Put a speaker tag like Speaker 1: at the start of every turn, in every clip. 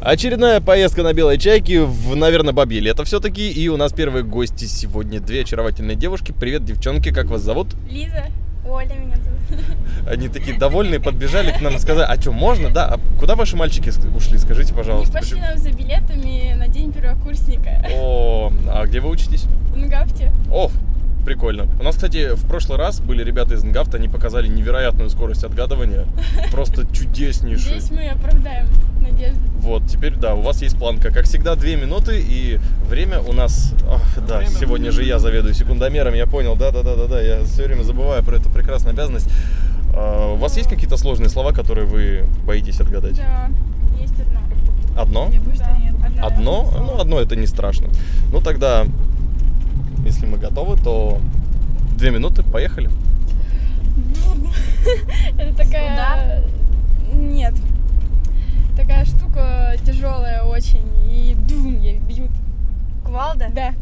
Speaker 1: Очередная поездка на Белой Чайке в, наверное, Бабье лето все-таки. И у нас первые гости сегодня две очаровательные девушки. Привет, девчонки, как вас зовут?
Speaker 2: Лиза, Оля меня зовут.
Speaker 1: Они такие довольные, подбежали к нам и сказали, а что, можно, да? А куда ваши мальчики ск- ушли, скажите,
Speaker 2: Они
Speaker 1: пожалуйста.
Speaker 2: пошли
Speaker 1: почему-
Speaker 2: нам за билетами на день первокурсника Ну,
Speaker 1: О, а где вы учитесь?
Speaker 2: в Нгафте.
Speaker 1: О, прикольно. У нас, кстати, в прошлый раз были ребята из Нгафта, они показали невероятную скорость отгадывания. Просто чудеснейшую.
Speaker 2: Здесь мы оправдаем надежду.
Speaker 1: Вот, теперь да, у вас есть планка. Как всегда, две минуты и время у нас... Ах, да,
Speaker 3: Время.
Speaker 1: сегодня же я заведую секундомером, я понял, да-да-да-да-да, я все время забываю про эту прекрасную обязанность. А, у вас есть какие-то сложные слова, которые вы боитесь отгадать?
Speaker 2: Да, есть одна.
Speaker 1: Одно?
Speaker 2: Да, одна.
Speaker 1: Одно? Ну, одно это не страшно. Ну, тогда, если мы готовы, то две минуты, поехали.
Speaker 2: Это такая... Нет. Такая штука тяжелая очень. И дум ей бьют.
Speaker 4: Кувалда?
Speaker 2: Да.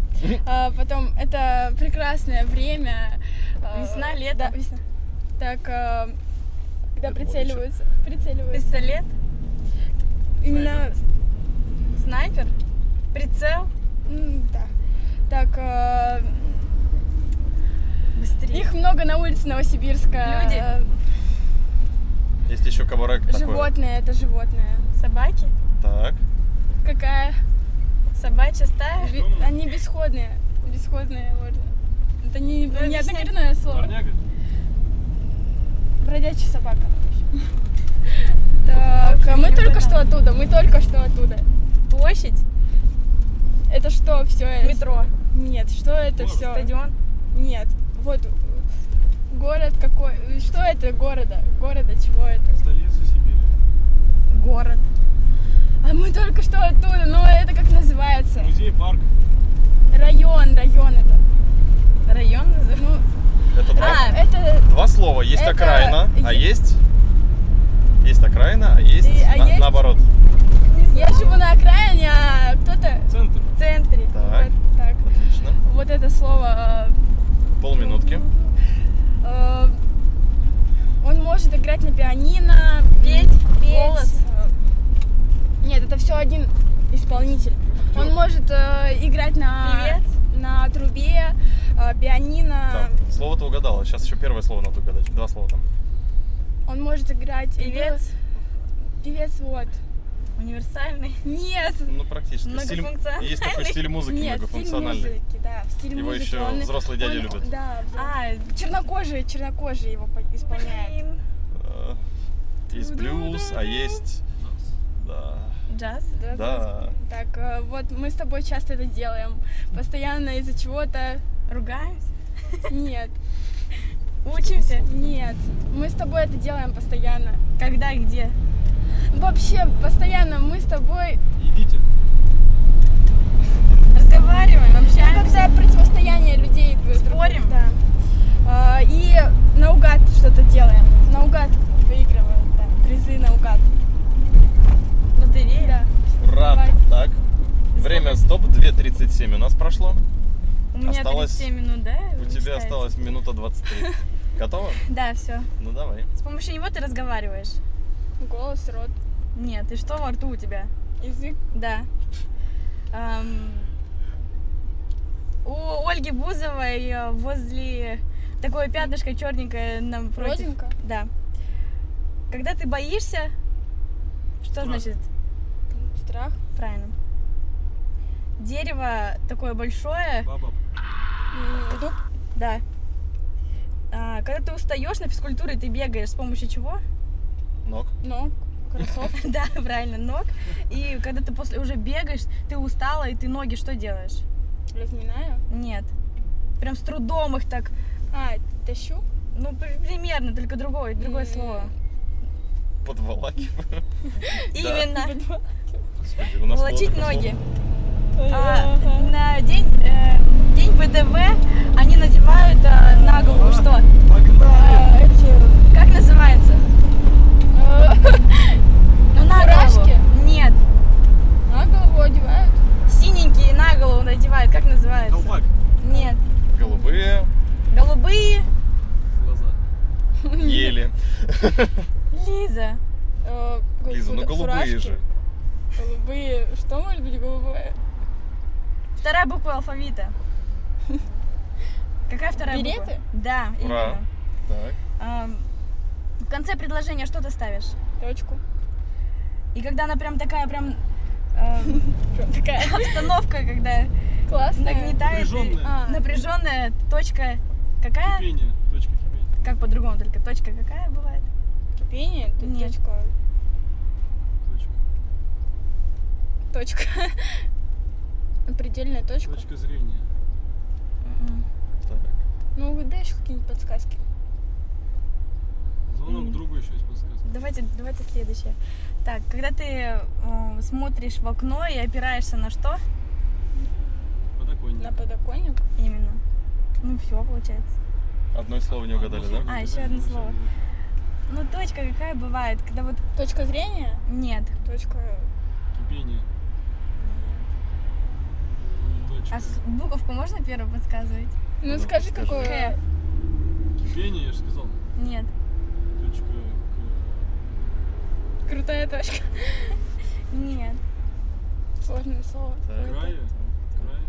Speaker 2: А, потом, это прекрасное время. а,
Speaker 4: Весна, лето.
Speaker 2: Да, весна. Так, а, когда
Speaker 1: Это
Speaker 2: прицеливаются. Прицеливаются.
Speaker 4: Пистолет? ну,
Speaker 2: Именно
Speaker 4: Снайпер? Прицел?
Speaker 2: М, Да. Так, э,
Speaker 4: Быстрее.
Speaker 2: их много на улице Новосибирска.
Speaker 4: Люди?
Speaker 2: Э,
Speaker 1: Есть еще кабарек такой.
Speaker 2: Животное, это животное.
Speaker 4: Собаки?
Speaker 1: Так.
Speaker 2: Какая?
Speaker 4: Собачья стая?
Speaker 2: Ви- Они бесходные. Бесходные, вот. Это не,
Speaker 4: Ну,
Speaker 2: не
Speaker 4: объясняй.
Speaker 2: однокоренное слово.
Speaker 3: Дворняга?
Speaker 2: Бродячая собака. в общем. Так, а мы
Speaker 4: не
Speaker 2: только
Speaker 4: понятно.
Speaker 2: что оттуда, мы только что оттуда.
Speaker 4: Площадь?
Speaker 2: Это что все?
Speaker 4: Метро?
Speaker 2: Нет, что это
Speaker 3: Город.
Speaker 2: все?
Speaker 4: Стадион?
Speaker 2: Нет, вот э, город какой? э, Что это города? Города чего это?
Speaker 3: Столица Сибири.
Speaker 4: Город?
Speaker 2: А мы только что оттуда, но это как называется?
Speaker 3: Музей, парк.
Speaker 2: Район, район это.
Speaker 4: Район называется?
Speaker 2: Ну,
Speaker 1: Это два,
Speaker 4: А,
Speaker 2: это
Speaker 1: два слова. Есть
Speaker 2: это-
Speaker 1: окраина, а
Speaker 2: е-
Speaker 1: есть... Есть окраина, а есть,
Speaker 2: И- а
Speaker 1: на-
Speaker 2: есть-
Speaker 1: наоборот.
Speaker 2: я живу на окраине, а кто-то
Speaker 3: Центр.
Speaker 4: В центре?
Speaker 1: Так,
Speaker 2: вот так.
Speaker 1: отлично.
Speaker 2: Вот это слово. а,
Speaker 1: Полминутки.
Speaker 2: э, э, он может играть на пианино,
Speaker 4: Петь? Петь?
Speaker 2: голос. э, Нет, это все один исполнитель. Он может э, играть на на трубе, э, пианино.
Speaker 1: Так, слово-то угадала. Сейчас еще первое слово надо угадать. Два слова там.
Speaker 2: Он может играть.
Speaker 4: Певец?
Speaker 2: Певец, вот.
Speaker 4: Универсальный?
Speaker 2: Нет.
Speaker 1: Ну, практически. Стиль-
Speaker 4: Многофункциональный?
Speaker 1: Есть такой стиль музыки
Speaker 2: Нет, стиль
Speaker 1: многофункциональный.
Speaker 2: музыки, да, в стиле
Speaker 1: Его
Speaker 2: музыки.
Speaker 1: еще
Speaker 2: он-
Speaker 1: взрослые дяди
Speaker 2: он-
Speaker 1: любят.
Speaker 2: Да, взрослые.
Speaker 4: А,
Speaker 2: чернокожие, чернокожие его по- исполняют.
Speaker 4: блин.
Speaker 1: Э, Есть блюз, а есть... Да.
Speaker 4: Джаз?
Speaker 2: Да,
Speaker 1: Да.
Speaker 2: Так, э, вот мы с тобой часто это делаем. Постоянно из-за чего-то...
Speaker 4: Ругаемся?
Speaker 2: Нет,
Speaker 4: Учимся?
Speaker 2: нет. Мы с тобой это делаем постоянно.
Speaker 4: Когда, где?
Speaker 2: Вообще, постоянно мы с тобой...
Speaker 3: Идите.
Speaker 4: Разговариваем,
Speaker 2: Ну,
Speaker 4: общаемся?
Speaker 2: когда противостояние людей друг с другом,
Speaker 4: Спорим?
Speaker 2: Да. А, и наугад что-то делаем. Наугад выигрываем, да. Призы наугад.
Speaker 4: Лотерея?
Speaker 2: Да.
Speaker 1: Ура!
Speaker 2: Давай.
Speaker 1: Так. Время стоп. 2.37 у нас прошло.
Speaker 4: У меня
Speaker 1: Осталось-
Speaker 4: 37 минут, да?
Speaker 1: У тебя
Speaker 4: считается?
Speaker 1: осталось минута 23. Готова?
Speaker 4: Да, все.
Speaker 1: Ну, давай.
Speaker 4: С помощью него ты разговариваешь?
Speaker 2: Голос, рот,
Speaker 4: Нет, и что во рту у тебя?
Speaker 2: язык.
Speaker 4: Да. Ам, у Ольги Бузовой э, возле такое пятнышко черненькое напротив.
Speaker 2: Родинка?
Speaker 4: Да. Когда ты боишься, что
Speaker 3: Страх.
Speaker 4: значит
Speaker 2: Страх.
Speaker 4: правильно? Дерево такое большое,
Speaker 3: Баба.
Speaker 2: М, Дуб.
Speaker 4: да. А, когда ты устаешь на физкультуре, ты бегаешь с помощью чего?
Speaker 1: Ног.
Speaker 2: Ног. Кроссовки.
Speaker 4: Да, правильно, ног. И когда ты после уже бегаешь, ты устала, и ты ноги что делаешь?
Speaker 2: Разминаю.
Speaker 4: Нет. Прям с трудом их так
Speaker 2: А, тащу.
Speaker 4: Ну, при- примерно, только другое, другое
Speaker 2: М.
Speaker 4: слово.
Speaker 1: Подволакивай.
Speaker 4: Именно.
Speaker 1: Господи, у нас было
Speaker 4: Волочить
Speaker 1: такое слово.
Speaker 4: ноги. А, на день, э, день ВДВ они надевают э, на голову что?
Speaker 3: Погнали!
Speaker 2: А, эти,
Speaker 4: Как называется?
Speaker 2: э,
Speaker 4: Ну, на
Speaker 2: Фуражки?
Speaker 4: голову. Нет.
Speaker 2: На голову одевают.
Speaker 4: Синенькие на голову надевают. Как называется?
Speaker 3: Колпак.
Speaker 4: Нет.
Speaker 1: Голубые
Speaker 4: Голубые.
Speaker 3: Глаза.
Speaker 1: ели.
Speaker 4: Лиза.
Speaker 2: Э, гол-
Speaker 1: Лиза, ну
Speaker 2: фура-
Speaker 1: голубые
Speaker 2: э, фуражки.
Speaker 1: же.
Speaker 2: Голубые. Голубые. Что может быть голубое?
Speaker 4: Вторая буква алфавита. Какая вторая буква?
Speaker 2: Береты?
Speaker 4: Да,
Speaker 1: Ура.
Speaker 4: именно.
Speaker 1: Так.
Speaker 4: Ам, В конце предложения что ты ставишь?
Speaker 2: Точку.
Speaker 4: И когда она прям такая прям эм,
Speaker 2: Такая
Speaker 4: обстановка, когда
Speaker 2: классная.
Speaker 4: нагнетает
Speaker 3: Напряжённая.
Speaker 2: А.
Speaker 4: напряженная точка какая?
Speaker 3: Кипение. Точка кипения.
Speaker 4: Как по-другому только точка какая бывает?
Speaker 2: Кипение? Тут
Speaker 4: Нет.
Speaker 2: Точка.
Speaker 3: Точка.
Speaker 2: Точка. Предельная точка.
Speaker 3: Точка зрения.
Speaker 4: М.
Speaker 1: так.
Speaker 2: Ну, вы дай еще какие-нибудь подсказки.
Speaker 3: Звонок другу еще есть подсказка.
Speaker 4: Давайте, давайте следующее. Так, когда ты э, смотришь в окно и опираешься на что
Speaker 3: Подоконник.
Speaker 5: А
Speaker 2: На подоконник.
Speaker 4: именно? Ну все получается.
Speaker 1: Одно слово не угадали, да?
Speaker 3: Одно слово
Speaker 4: А,
Speaker 3: не
Speaker 4: ещё
Speaker 3: угадали,
Speaker 4: одно
Speaker 3: всё,
Speaker 4: слово.
Speaker 3: да.
Speaker 4: Ну точка какая бывает, когда вот
Speaker 2: Точка зрения?
Speaker 4: нет.
Speaker 2: Точка...
Speaker 3: Кипение. Точка.
Speaker 4: А с- буковку можно первую подсказывать?
Speaker 2: Ну,
Speaker 1: Ну,
Speaker 2: скажи,
Speaker 1: скажи.
Speaker 2: какое...
Speaker 4: К.
Speaker 3: Кипение, я же сказал.
Speaker 4: Нет.
Speaker 3: Точка. к-
Speaker 2: Крутая точка.
Speaker 4: Нет.
Speaker 2: Сложное слово.
Speaker 1: Так.
Speaker 3: Края. Края.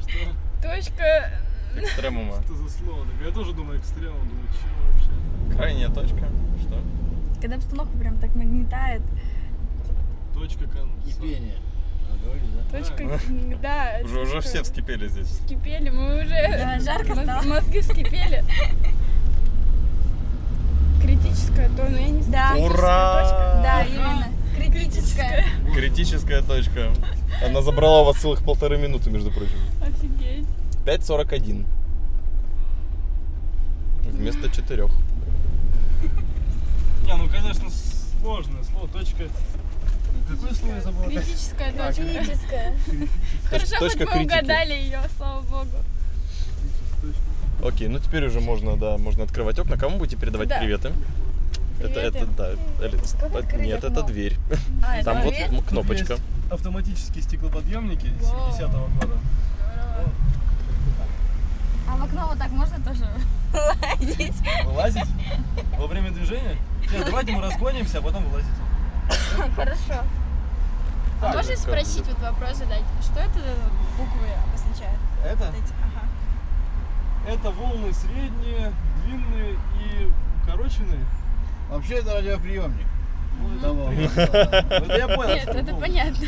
Speaker 3: Что?
Speaker 2: Точка...
Speaker 1: Экстремума.
Speaker 3: Что за слово? такое? Я тоже думаю экстремум, думаю, чего вообще?
Speaker 1: Крайняя точка. Что?
Speaker 4: Когда обстановка прям так нагнетает.
Speaker 3: Точка кон...
Speaker 6: Кипение. А, говорили, да?
Speaker 2: Точка... Да.
Speaker 1: Уже, уже
Speaker 2: точка.
Speaker 1: все вскипели здесь.
Speaker 2: Вскипели, мы уже...
Speaker 4: Да, жарко
Speaker 2: мозг-
Speaker 4: стало.
Speaker 2: Мозги вскипели. Критическая, то, но я не знаю.
Speaker 4: Да.
Speaker 1: Ура!
Speaker 4: Да, именно. Критическая.
Speaker 1: Критическая точка. Она забрала у вас целых полторы минуты, между прочим.
Speaker 2: Офигеть.
Speaker 1: 5.41. Вместо четырех.
Speaker 3: Не, ну конечно сложное слово. Точка. Какое слово я забыл?
Speaker 2: Критическая точка.
Speaker 4: Критическая.
Speaker 2: Хорошо, хоть
Speaker 1: точка
Speaker 2: мы
Speaker 1: критики.
Speaker 2: угадали ее, слава богу.
Speaker 1: Окей, ну теперь уже можно, да, можно открывать окна. Кому будете передавать
Speaker 2: Да.
Speaker 1: приветы? Это,
Speaker 2: Приветы.
Speaker 1: это, да, Эль-
Speaker 4: Как
Speaker 1: это-
Speaker 4: открыть
Speaker 1: нет,
Speaker 4: окно?
Speaker 1: это дверь.
Speaker 4: А, это
Speaker 1: Там вот
Speaker 4: дверь?
Speaker 1: м, кнопочка.
Speaker 3: Автоматические стеклоподъемники
Speaker 2: Вау.
Speaker 3: 70-го года.
Speaker 4: А в окно вот так можно тоже лазить?
Speaker 3: Вылазить во время движения? Сейчас давайте мы разгонимся, а потом вылазить.
Speaker 4: Хорошо.
Speaker 2: А
Speaker 1: Так,
Speaker 2: Можешь
Speaker 1: как
Speaker 2: спросить, вот вопрос задать, что это за буквы обозначают?
Speaker 3: Это?
Speaker 4: Вот эти, ага.
Speaker 3: Это волны средние, длинные и укороченные.
Speaker 6: Вообще это радиоприемник.
Speaker 3: Ну, это-
Speaker 6: Того. да.
Speaker 3: Ну, это я понял.
Speaker 2: Нет,
Speaker 3: что
Speaker 2: это
Speaker 3: волны.
Speaker 2: понятно.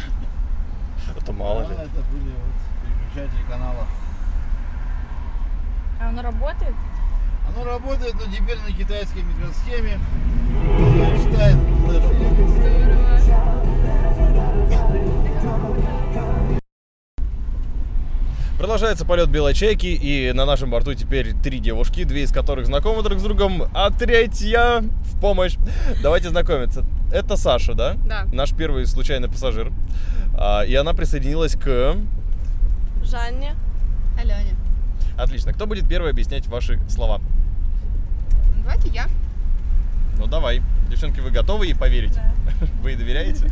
Speaker 1: Это мало ли.
Speaker 6: Это были вот переключатели каналов.
Speaker 4: А оно работает?
Speaker 6: Оно Ну, работает, но теперь на китайской микросхеме. Я читаю флешку.
Speaker 1: Продолжается полет белой чайки, и на нашем борту теперь три девушки, две из которых знакомы друг с другом, а третья в помощь. Давайте знакомиться. Это Саша, да?
Speaker 2: Да.
Speaker 1: Наш первый случайный пассажир. А, И она присоединилась к...
Speaker 2: Жанне. Алене.
Speaker 1: Отлично. Кто будет первый объяснять ваши слова?
Speaker 2: Давайте я.
Speaker 1: Ну давай. Девчонки, вы готовы ей поверить? Вы ей доверяете?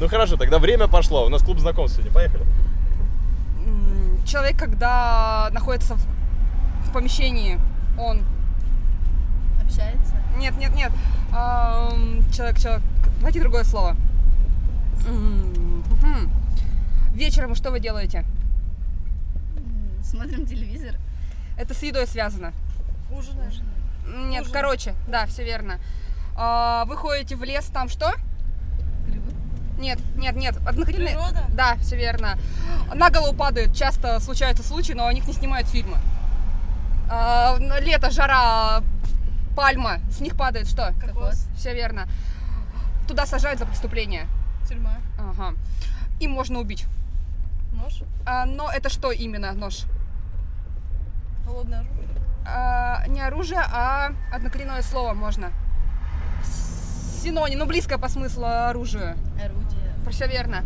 Speaker 1: Ну хорошо, тогда время пошло. У нас клуб знакомств сегодня. Поехали.
Speaker 7: М, человек, когда находится в, в помещении, он...
Speaker 2: Общается.
Speaker 7: Нет, нет, нет. Ам, человек, человек... Давайте другое слово. М, мгм. Вечером что вы делаете?
Speaker 4: Смотрим телевизор.
Speaker 7: Это с едой связано.
Speaker 4: Ужинаешь?
Speaker 7: Нет,
Speaker 4: Ужин.
Speaker 7: короче, да, все верно. А, вы ходите в лес, там что?
Speaker 4: Грибы?
Speaker 7: Нет, нет, нет. Однокоренные-
Speaker 4: Природа?
Speaker 7: Да, все верно. На голову падают, часто случаются случаи, но о них не снимают фильмы. А, на- лето, жара, пальма, с них падает что?
Speaker 4: Кокос.
Speaker 7: Все верно. Туда сажают за преступление.
Speaker 4: Тюрьма.
Speaker 7: Ага. Им можно убить.
Speaker 4: Нож?
Speaker 7: А, но это что именно нож?
Speaker 4: Холодное оружие?
Speaker 7: А, не оружие, а однокоренное слово можно. С- Синоним, ну близкое по смыслу оружию.
Speaker 4: Орудие.
Speaker 7: Все верно.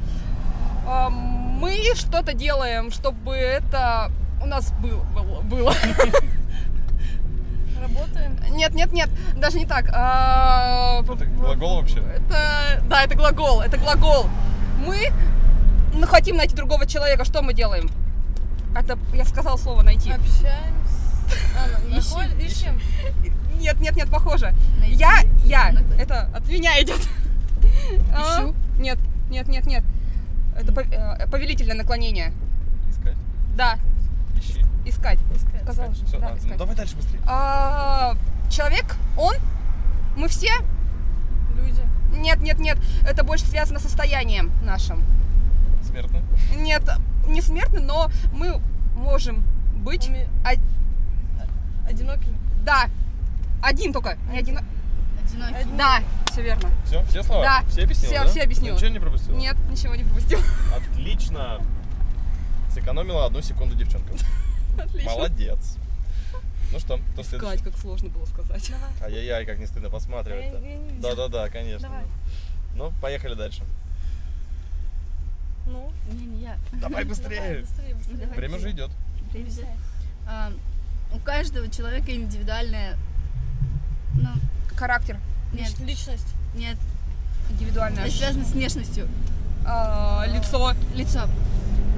Speaker 7: А, Мы что-то делаем, чтобы это у нас было. было, было.
Speaker 4: Работаем?
Speaker 7: Нет, нет, нет, даже не так. А,
Speaker 1: Это глагол вообще?
Speaker 7: Это, да, это глагол, это глагол. Мы ну, хотим найти другого человека, что мы делаем? Это, я сказала слово найти.
Speaker 5: А, ну,
Speaker 4: Общаемся. Ищем.
Speaker 7: Нет, нет, нет, похоже. Я, я, это от меня идет. А?
Speaker 4: Ищу.
Speaker 7: Нет, нет, нет, нет. Это пов- э, повелительное наклонение.
Speaker 1: Искать.
Speaker 7: Да,
Speaker 1: Ищи.
Speaker 7: искать.
Speaker 4: Искать.
Speaker 7: Сказала же.
Speaker 1: Всё,
Speaker 7: да,
Speaker 1: а, ну
Speaker 7: искать.
Speaker 1: давай дальше быстрее.
Speaker 7: А, человек, он, мы все.
Speaker 2: Люди.
Speaker 7: Нет, нет, нет. Это больше связано с состоянием нашим.
Speaker 1: Смертно.
Speaker 7: Нет, не смертны, но мы можем быть.
Speaker 2: Уме- Одинокий.
Speaker 7: Да. Один только. Не один. а
Speaker 4: Одинокий.
Speaker 7: Да, все верно.
Speaker 1: Все, все слова?
Speaker 7: Да.
Speaker 1: Все объяснила,
Speaker 7: Все-
Speaker 1: да?
Speaker 7: все объяснила.
Speaker 1: Ничего не пропустила?
Speaker 7: Нет, ничего не пропустил.
Speaker 1: Отлично. Сэкономила одну секунду девчонка.
Speaker 7: Отлично.
Speaker 1: Молодец. Ну что, кто
Speaker 7: Искать,
Speaker 1: следующий?
Speaker 7: как сложно было сказать.
Speaker 1: Ай-яй-яй, как не стыдно посматривать-то. Да-да-да, конечно.
Speaker 4: Давай.
Speaker 1: Ну, поехали дальше.
Speaker 4: Ну, не, не я.
Speaker 1: Давай быстрее.
Speaker 4: Быстрее, быстрее.
Speaker 1: Время уже идет.
Speaker 4: Привет. А, у каждого человека индивидуальная... Ну,
Speaker 7: Характер
Speaker 4: нет,
Speaker 2: Личность.
Speaker 4: нет.
Speaker 7: индивидуальное.
Speaker 4: Это связано с внешностью.
Speaker 7: А, лицо.
Speaker 4: Лицо.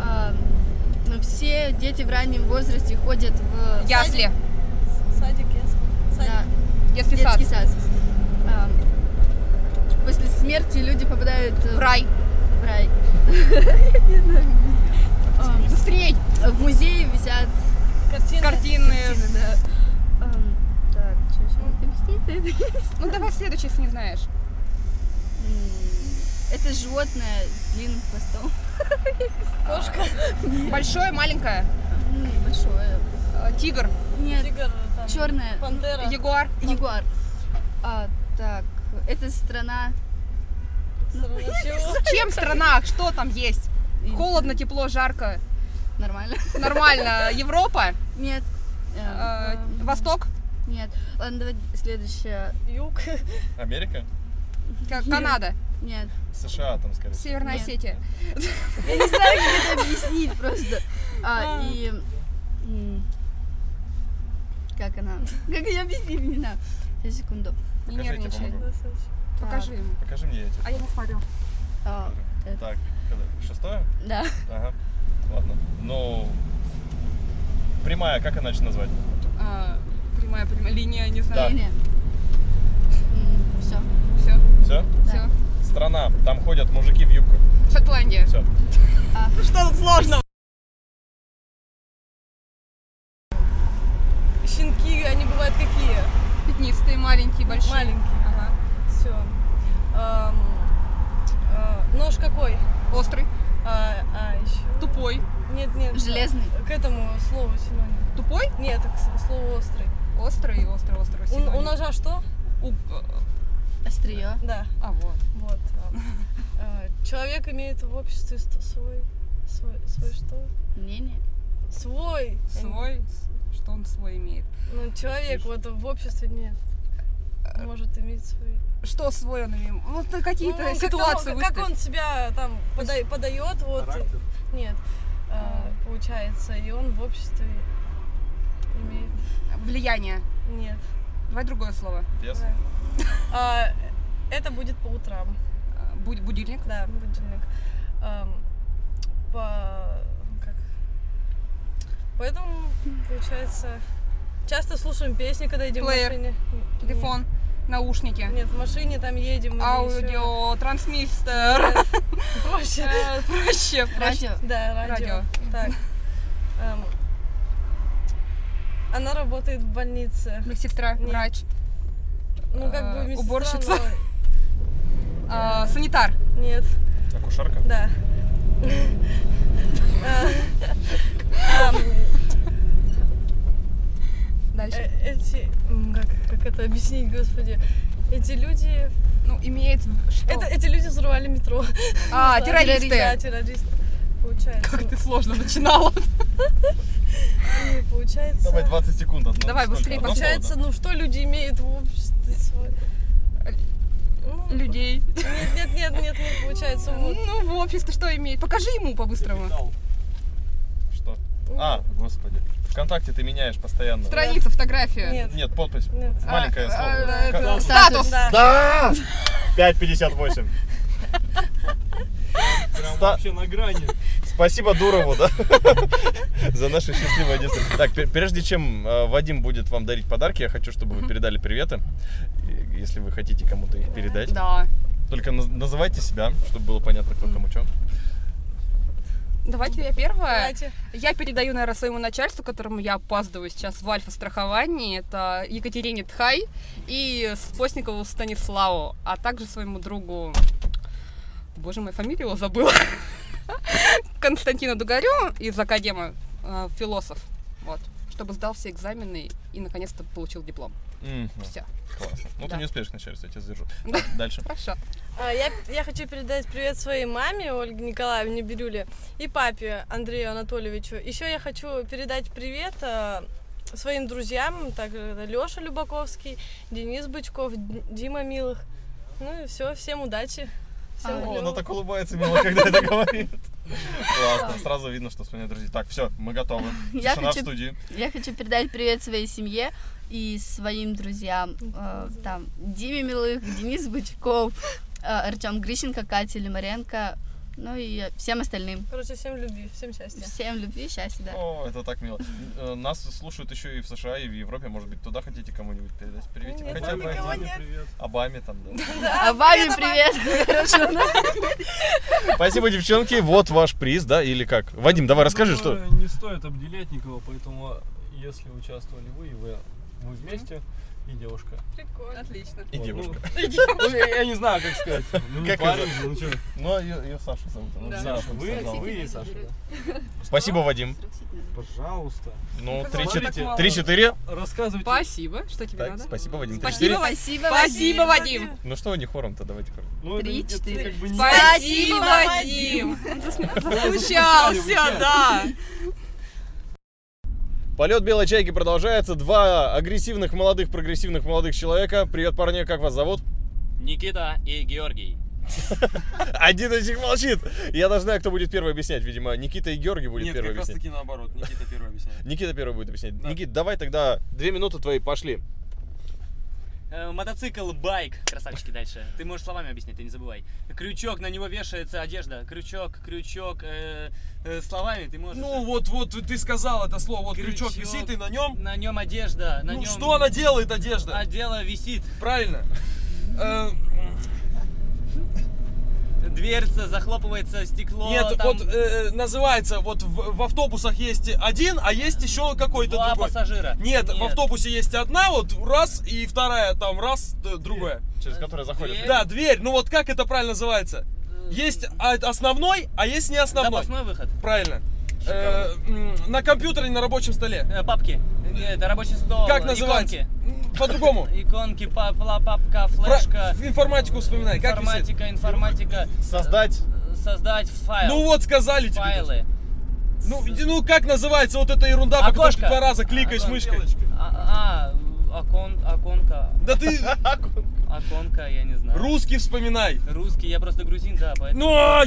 Speaker 4: А, ну, все дети в раннем возрасте ходят в...
Speaker 7: Ясли.
Speaker 5: Садик, ясно.
Speaker 4: Да,
Speaker 7: Если сад.
Speaker 4: детский сад. А, после смерти люди попадают э,
Speaker 7: В рай.
Speaker 4: в рай. А,
Speaker 7: Быстрей.
Speaker 4: В музее висят
Speaker 5: Картина.
Speaker 7: Картины.
Speaker 4: картины, да. Ам, Так, что еще объяснить?
Speaker 7: Ну давай следующий, если не знаешь.
Speaker 4: Это животное с длинным хвостом.
Speaker 5: Кошка.
Speaker 7: Большое, маленькое.
Speaker 4: М, Большое.
Speaker 7: А, Тигр.
Speaker 4: Нет,
Speaker 5: Тигр. э, там,
Speaker 4: черное.
Speaker 5: Пантера.
Speaker 7: Ягуар.
Speaker 4: Ягуар. А, так, это страна. Ну,
Speaker 7: Ну,
Speaker 5: Сторона чего?
Speaker 7: Чем страна? Что там есть?
Speaker 4: И-
Speaker 7: Холодно, тепло, жарко.
Speaker 4: Нормально.
Speaker 7: Нормально. Европа.
Speaker 4: Нет. Э,
Speaker 7: А, Восток.
Speaker 4: Нет. Ладно, давай следующее.
Speaker 5: Юг.
Speaker 1: Америка?
Speaker 7: Ка- Канада.
Speaker 4: Нет.
Speaker 1: США там, скорее всего.
Speaker 7: Северная
Speaker 4: Нет.
Speaker 7: Осетия.
Speaker 4: Я не знаю, как это объяснить просто. А, и... м, Как она? Как ее объяснить не знаю. Сейчас, секунду.
Speaker 7: Не
Speaker 1: Покажи, я тебе
Speaker 7: нервничай.
Speaker 1: помогу.
Speaker 4: А. Так,
Speaker 7: Покажи ему.
Speaker 1: Покажи мне эти.
Speaker 7: А я не смотрю.
Speaker 4: а, это-
Speaker 1: Так, когда- шестое?
Speaker 4: Да.
Speaker 1: Ага. Ладно. Ну, прямая, как иначе назвать?
Speaker 7: А, прямая, прямая линия, не
Speaker 1: Да.
Speaker 7: знаю.
Speaker 4: Все.
Speaker 7: Все,
Speaker 1: Все?
Speaker 7: все.
Speaker 1: Страна. Там ходят мужики в юбках.
Speaker 7: Шотландия.
Speaker 1: Все.
Speaker 4: А.
Speaker 7: Что тут сложно?
Speaker 5: Щенки, они бывают какие?
Speaker 7: Пятнистые, маленькие, большие.
Speaker 5: Маленькие.
Speaker 7: Ага.
Speaker 5: Все. а, нож какой?
Speaker 7: Острый,
Speaker 5: А, а, еще.
Speaker 7: тупой.
Speaker 5: Нет, нет.
Speaker 4: Железный.
Speaker 5: К этому слову синоним.
Speaker 7: Тупой?
Speaker 5: Нет, к слову острый.
Speaker 7: Острый, острый, острый.
Speaker 5: У,
Speaker 7: синоним.
Speaker 5: у ножа что?
Speaker 7: У- э,
Speaker 4: Острие.
Speaker 5: Да,
Speaker 7: А, вот.
Speaker 5: вот. а, э, Человек имеет в обществе ст- свой, свой, свой что?
Speaker 4: Мнение.
Speaker 5: Свой.
Speaker 7: Свой. с- Что он свой имеет?
Speaker 5: Ну, человек вот в обществе нет.
Speaker 7: А,
Speaker 5: Может иметь свой.
Speaker 7: Что свой он имеет? Вот ты
Speaker 5: Ну,
Speaker 7: какие-то
Speaker 5: как
Speaker 7: ситуации
Speaker 5: того, Как
Speaker 7: выставь.
Speaker 5: он себя там пода- подает, вот. Нет. а, Получается, и он в обществе имеет.
Speaker 7: Влияние.
Speaker 5: Нет.
Speaker 7: Давай другое слово.
Speaker 1: Вес.
Speaker 5: Давай. А, Это будет по утрам.
Speaker 7: А, буд- Будильник.
Speaker 5: Да, будильник. Ам, По... Как? Поэтому, получается, часто слушаем песни, когда едем
Speaker 7: Плеер.
Speaker 5: в машине. Н-
Speaker 7: Телефон. Наушники.
Speaker 5: Нет, в машине там едем. или ещё.
Speaker 7: Аудио, трансмистер.
Speaker 5: Проще.
Speaker 7: Э, Проще, проще.
Speaker 4: Радио.
Speaker 5: Да, радио.
Speaker 7: Радио.
Speaker 5: Так. Ам, Она работает в больнице.
Speaker 7: Медсестра,
Speaker 5: Нет.
Speaker 7: врач,
Speaker 5: Ну, как
Speaker 7: А,
Speaker 5: бы медсестра,
Speaker 7: уборщица.
Speaker 5: но-
Speaker 7: А, санитар.
Speaker 5: Нет,
Speaker 1: Акушерка?
Speaker 5: да. А, ам,
Speaker 7: Дальше.
Speaker 5: э, Эти... м, Как как это объяснить, господи? Эти люди...
Speaker 7: Ну, имеет в- что?
Speaker 5: Это, эти люди взорвали метро.
Speaker 7: А,
Speaker 5: Да, Да,
Speaker 7: террористы.
Speaker 5: террористы. Получается.
Speaker 7: Как ты сложно начинала.
Speaker 5: И получается...
Speaker 1: Давай 20 секунд. одно-
Speaker 7: Давай,
Speaker 1: сколько?
Speaker 7: быстрее,
Speaker 1: Одно слово,
Speaker 5: Получается,
Speaker 1: да?
Speaker 5: ну что люди имеют в обществе свой? Ну,
Speaker 7: Людей.
Speaker 5: Нет, нет, нет, нет, нет, получается, вот.
Speaker 7: Ну, в обществе что имеет? Покажи ему по-быстрому.
Speaker 1: Что? А, господи. Вконтакте ты меняешь постоянно.
Speaker 7: Страница, фотография.
Speaker 5: Нет,
Speaker 1: Нет, подпись.
Speaker 5: нет.
Speaker 7: А,
Speaker 1: Маленькое
Speaker 7: а,
Speaker 1: слово.
Speaker 7: э,
Speaker 1: Ка-
Speaker 7: это- Статус.
Speaker 5: Да.
Speaker 1: Да! 5.58.
Speaker 3: Прям
Speaker 1: Ста-
Speaker 3: вообще на грани.
Speaker 1: Спасибо Дурову, да? За наше счастливое детство. Так, пер- прежде чем э, Вадим будет вам дарить подарки, я хочу, чтобы вы передали приветы, и- если вы хотите кому-то их передать.
Speaker 7: Да.
Speaker 1: Только наз- называйте себя, чтобы было понятно, кто кому что.
Speaker 7: Давайте я первая.
Speaker 5: Давайте.
Speaker 7: Я передаю, наверное, своему начальству, которому я опаздываю сейчас в Альфа-страховании. Это Екатерине Тхай и Постникову Станиславу, а также своему другу... Боже мой, фамилию его забыла. Константину Дугарю из Академы э, философ. Вот. Чтобы сдал все экзамены и, наконец-то, получил диплом.
Speaker 1: Мгм.
Speaker 7: Все.
Speaker 1: Классно. Ну ты
Speaker 7: Да.
Speaker 1: не успеешь к начальству, я тебя задержу.
Speaker 7: Да.
Speaker 1: Дальше.
Speaker 7: Хорошо.
Speaker 5: А, Я, я хочу передать привет своей маме Ольге Николаевне Бирюле и папе Андрею Анатольевичу. Еще я хочу передать привет э, своим друзьям, также это Леша Любаковский, Денис Бычков, Д- Дима Милых. Ну и все, всем удачи. Всем
Speaker 4: А,
Speaker 1: О,
Speaker 5: клёво.
Speaker 1: она так улыбается мило, когда это говорит. Классно, сразу видно, что вспоминают друзей. Так, все, мы готовы.
Speaker 4: Я
Speaker 1: Тишина в
Speaker 4: хочу-
Speaker 1: студии.
Speaker 4: Я хочу передать привет своей семье и своим друзьям. э, там Диме Милых, Денис Бычков, э, Артем Грищенко, Катя Лимаренко, ну и всем остальным.
Speaker 5: Короче, всем любви, всем счастья.
Speaker 4: Всем любви, счастья, да.
Speaker 1: О, это так мило. Э, Нас слушают еще и в США, и в Европе. Может быть, туда хотите кому-нибудь передать приветик?
Speaker 5: Нет,
Speaker 1: Хотя
Speaker 5: там
Speaker 1: бы
Speaker 5: никого
Speaker 1: один.
Speaker 5: нет.
Speaker 3: Привет.
Speaker 1: Обаме там, да.
Speaker 4: А вами привет! Хорошо, ну,
Speaker 1: Спасибо, девчонки. Вот ваш приз, да, или как? Вадим, давай расскажи, что...
Speaker 3: Думаю, Не стоит обделять никого, поэтому если участвовали вы и вы, вы вместе, и девушка.
Speaker 5: Прикольно.
Speaker 7: Отлично.
Speaker 1: И
Speaker 3: Вот,
Speaker 1: девушка.
Speaker 3: ну, ну, я, я не знаю, как сказать. Ну, не
Speaker 1: Как
Speaker 3: парень же, ну чё.
Speaker 1: Ну, ее Саша зовут. она
Speaker 7: Да.
Speaker 1: же
Speaker 3: Саша, вы,
Speaker 1: сказала.
Speaker 3: вы и Саша. да.
Speaker 1: Спасибо, Вадим.
Speaker 3: Пожалуйста.
Speaker 1: Ну,
Speaker 7: Как
Speaker 1: три-чет-
Speaker 3: так мало.
Speaker 1: три-четыре.
Speaker 3: Рассказывайте.
Speaker 7: Спасибо. Что тебе
Speaker 1: Так,
Speaker 7: надо?
Speaker 1: спасибо, Вадим. Три-четыре.
Speaker 7: Спасибо,
Speaker 4: Спасибо,
Speaker 7: Спасибо, Вадим.
Speaker 1: Ну что, не хором-то, давайте хором.
Speaker 3: Ну, это
Speaker 4: Три,
Speaker 3: не- это
Speaker 4: четыре.
Speaker 3: как бы не- Ну,
Speaker 7: Спасибо,
Speaker 5: Вадим.
Speaker 7: Вадим. Заскучался, да.
Speaker 1: Полет белой чайки продолжается. Два агрессивных молодых, прогрессивных молодых человека. Привет, парни, как вас зовут?
Speaker 8: Никита и Георгий.
Speaker 1: Один из них молчит. Я даже знаю, кто будет первый объяснять. Видимо, Никита и Георгий будет
Speaker 8: Нет,
Speaker 1: первый
Speaker 8: как раз
Speaker 1: объяснять.
Speaker 8: таки наоборот. Никита первый объясняет.
Speaker 1: Никита первый будет объяснять.
Speaker 8: Да.
Speaker 1: Никит, давай тогда две минуты твои пошли.
Speaker 8: Э, Мотоцикл, байк. Красавчики дальше. Ты можешь словами объяснить, ты не забывай. Крючок, на него вешается одежда. Крючок, крючок. э, э, словами ты можешь...
Speaker 9: Ну вот, вот ты сказал это слово, вот крючок,
Speaker 8: Крючок.
Speaker 9: висит и на нем.
Speaker 8: на нем одежда. На
Speaker 9: ну
Speaker 8: нем...
Speaker 9: что она делает одежда?
Speaker 8: А дело висит.
Speaker 9: Правильно. Э,
Speaker 8: Дверца, захлопывается стекло.
Speaker 9: Нет,
Speaker 8: там
Speaker 9: вот э, называется, вот в, в автобусах есть один, а есть еще какой-то
Speaker 8: Два
Speaker 9: другой.
Speaker 8: пассажира.
Speaker 9: Нет, в автобусе есть одна, вот раз, и вторая там раз, д- другая.
Speaker 1: Через которые заходят.
Speaker 8: Дверь. Э,
Speaker 9: Да, дверь, ну вот как это правильно называется? Есть а, основной, а есть не основной.
Speaker 8: Запасной выход.
Speaker 9: Правильно. Э, м, на компьютере, на рабочем столе.
Speaker 8: Э, Папки. Э, Это рабочий стол.
Speaker 9: Как называется?
Speaker 8: Иконки.
Speaker 9: М, По-другому.
Speaker 8: Иконки, па- пла-
Speaker 9: Про-
Speaker 8: папка, флешка.
Speaker 9: информатику вспоминай. Как висит?
Speaker 8: Информатика, информатика.
Speaker 1: Создать.
Speaker 8: Э, Создать файл.
Speaker 9: Ну вот сказали тебе.
Speaker 8: файлы.
Speaker 9: Ну, и- ну как называется вот эта ерунда, по которой ты
Speaker 8: Окошко.
Speaker 9: два раза кликаешь
Speaker 8: Окошко.
Speaker 9: мышкой?
Speaker 8: А, а, окон, оконка,
Speaker 9: Да ты
Speaker 8: оконка, я не знаю.
Speaker 9: русский вспоминай.
Speaker 8: Русский, я просто грузин, да, поэтому.
Speaker 9: Ну, а,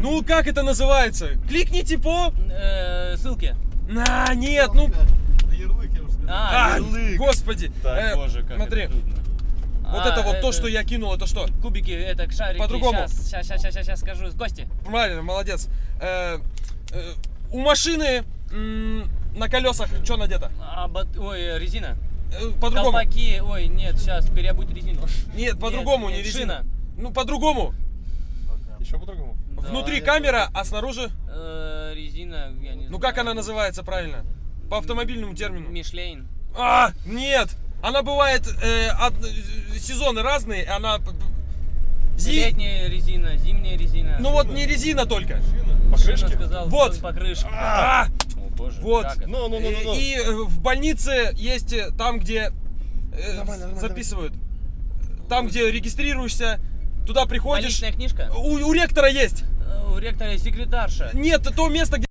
Speaker 9: ну как это называется? Кликните по... а-
Speaker 8: Э, ссылки.
Speaker 9: На, нет, ну...
Speaker 3: Ярлык, я уже сказал.
Speaker 8: А,
Speaker 9: А, господи.
Speaker 1: Так,
Speaker 9: Э,
Speaker 1: боже, как
Speaker 9: Смотри,
Speaker 1: это трудно.
Speaker 9: вот
Speaker 8: А,
Speaker 9: это вот то,
Speaker 8: это-
Speaker 9: что я кинул, это что?
Speaker 8: кубики, это шарики.
Speaker 9: По-другому.
Speaker 8: Сейчас, сейчас, сейчас, сейчас, скажу. Кости.
Speaker 9: Правильно, молодец. Э, э, У машины м, на колесах что надето?
Speaker 8: А, бат- Ой, резина.
Speaker 9: Э, По-другому.
Speaker 8: Колпаки. Ой, нет, сейчас переобуть резину.
Speaker 9: Нет, по-другому, не
Speaker 8: нет,
Speaker 9: резина.
Speaker 8: шина.
Speaker 9: Ну, по-другому.
Speaker 1: Еще по-другому.
Speaker 8: Да.
Speaker 9: Внутри камера, а снаружи...
Speaker 8: Э, резина, я не
Speaker 9: Ну
Speaker 8: знаю.
Speaker 9: как она называется правильно? По автомобильному термину.
Speaker 8: Мишлейн.
Speaker 9: А, нет! Она бывает э, од- э, сезоны разные, и она. п- п- зи-
Speaker 8: Летняя резина, зимняя резина.
Speaker 9: Ну вот не резина только.
Speaker 8: Шина сказал,
Speaker 9: Вот.
Speaker 8: покрышки.
Speaker 9: А,
Speaker 8: О, боже,
Speaker 9: Вот.
Speaker 8: как это?
Speaker 1: Ну, ну, ну, ну, ну.
Speaker 9: и, и, э, в больнице есть э, там, где э, записывают. Там, где регистрируешься, туда приходишь.
Speaker 8: Больничная книжка?
Speaker 9: У, у ректора есть.
Speaker 8: Э, У ректора есть секретарша.
Speaker 9: Нет, то место, где.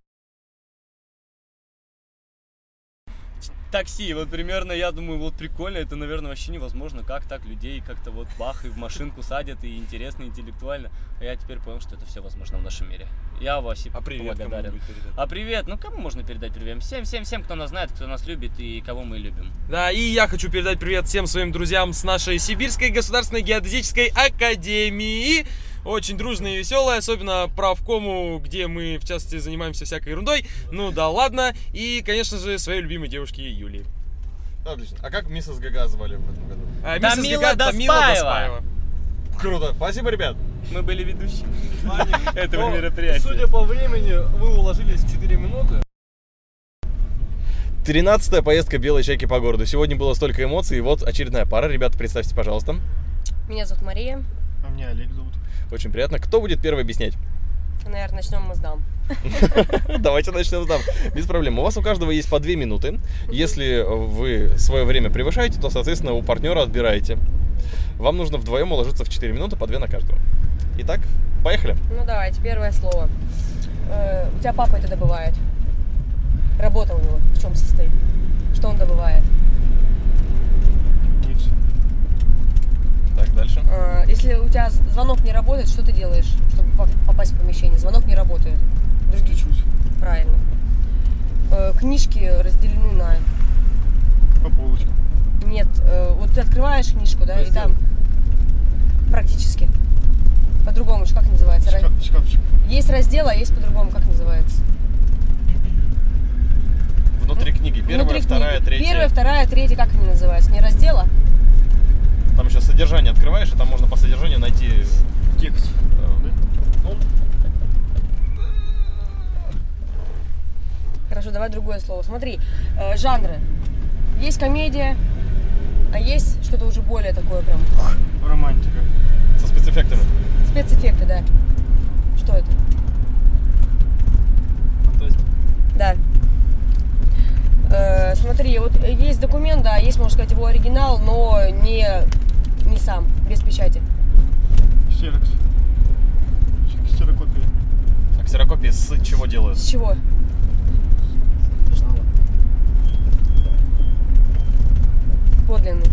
Speaker 8: Такси, вот примерно, я думаю, вот прикольно, это, наверное, вообще невозможно, как так людей как-то вот бах и в машинку садят, и интересно, интеллектуально. А я теперь понял, что это все возможно в нашем мире. Я Васе благодарен. А привет, ну кому можно передать привет? Всем, всем, всем, кто нас знает, кто нас любит и кого мы любим.
Speaker 9: Да, и я хочу передать привет всем своим друзьям с нашей Сибирской государственной геодезической академии. Очень дружная и веселая, особенно правкому, где мы, в частности, занимаемся всякой ерундой. Ну да ладно. И, конечно же, своей любимой девушке Юлии.
Speaker 1: Отлично. А как миссис Гага звали в этом году?
Speaker 9: А,
Speaker 8: Тамила
Speaker 9: миссис Гага- Тамила
Speaker 8: Доспаева.
Speaker 9: Доспаева.
Speaker 1: Круто. Спасибо, ребят.
Speaker 8: Мы были ведущими
Speaker 3: Аня,
Speaker 8: этого
Speaker 3: ну,
Speaker 8: мероприятия.
Speaker 3: Судя по времени, вы уложились в 4 минуты.
Speaker 1: Тринадцатая поездка белой чайки по городу. Сегодня было столько эмоций, и вот очередная пара. Ребята, представьте, пожалуйста.
Speaker 10: Меня зовут Мария.
Speaker 6: А меня Олег зовут.
Speaker 1: Очень приятно. Кто будет первый объяснять?
Speaker 10: Наверное, начнем мы с дам.
Speaker 1: Давайте начнем с дам. Без проблем. У вас у каждого есть по две минуты. Если вы свое время превышаете, то, соответственно, у партнера отбираете. Вам нужно вдвоем уложиться в 4 минуты, по 2 на каждого. Итак, поехали.
Speaker 10: Ну давайте, первое слово. Э, у тебя папа это добывает. Работа у него в чем состоит? Что он добывает?
Speaker 6: Нефть.
Speaker 1: Так, дальше.
Speaker 10: Э, если у тебя з- звонок не работает, что ты делаешь, чтобы по- попасть в помещение? Звонок не работает.
Speaker 6: Чуть-чуть.
Speaker 10: Правильно. Э, книжки разделены на...
Speaker 6: По полочкам.
Speaker 10: Нет, э, вот ты открываешь книжку, да, и там практически. По-другому же как называется? Ра-
Speaker 6: Шкаф- шкафчик.
Speaker 10: Есть раздел, а есть по-другому как называется?
Speaker 1: Внутри книги. Первая,
Speaker 10: Внутри
Speaker 1: вторая,
Speaker 10: книги.
Speaker 1: третья.
Speaker 10: Первая, вторая, третья, как они называются? Не раздела?
Speaker 1: Там еще содержание открываешь, и там можно по содержанию найти... э,
Speaker 6: Текст.
Speaker 10: Хорошо, давай другое слово. Смотри, э, жанры. Есть комедия, а есть что-то уже более такое прям.
Speaker 6: Романтика.
Speaker 1: Со спецэффектами.
Speaker 10: Спецэффекты, да. Что это?
Speaker 3: Фантастика.
Speaker 10: Да. Э, смотри, вот есть документ, да, есть, можно сказать, его оригинал, но не, не сам, без печати.
Speaker 6: Ксерокс. Ксерокопия.
Speaker 1: А ксерокопии с чего делают?
Speaker 10: С чего? Подлинный.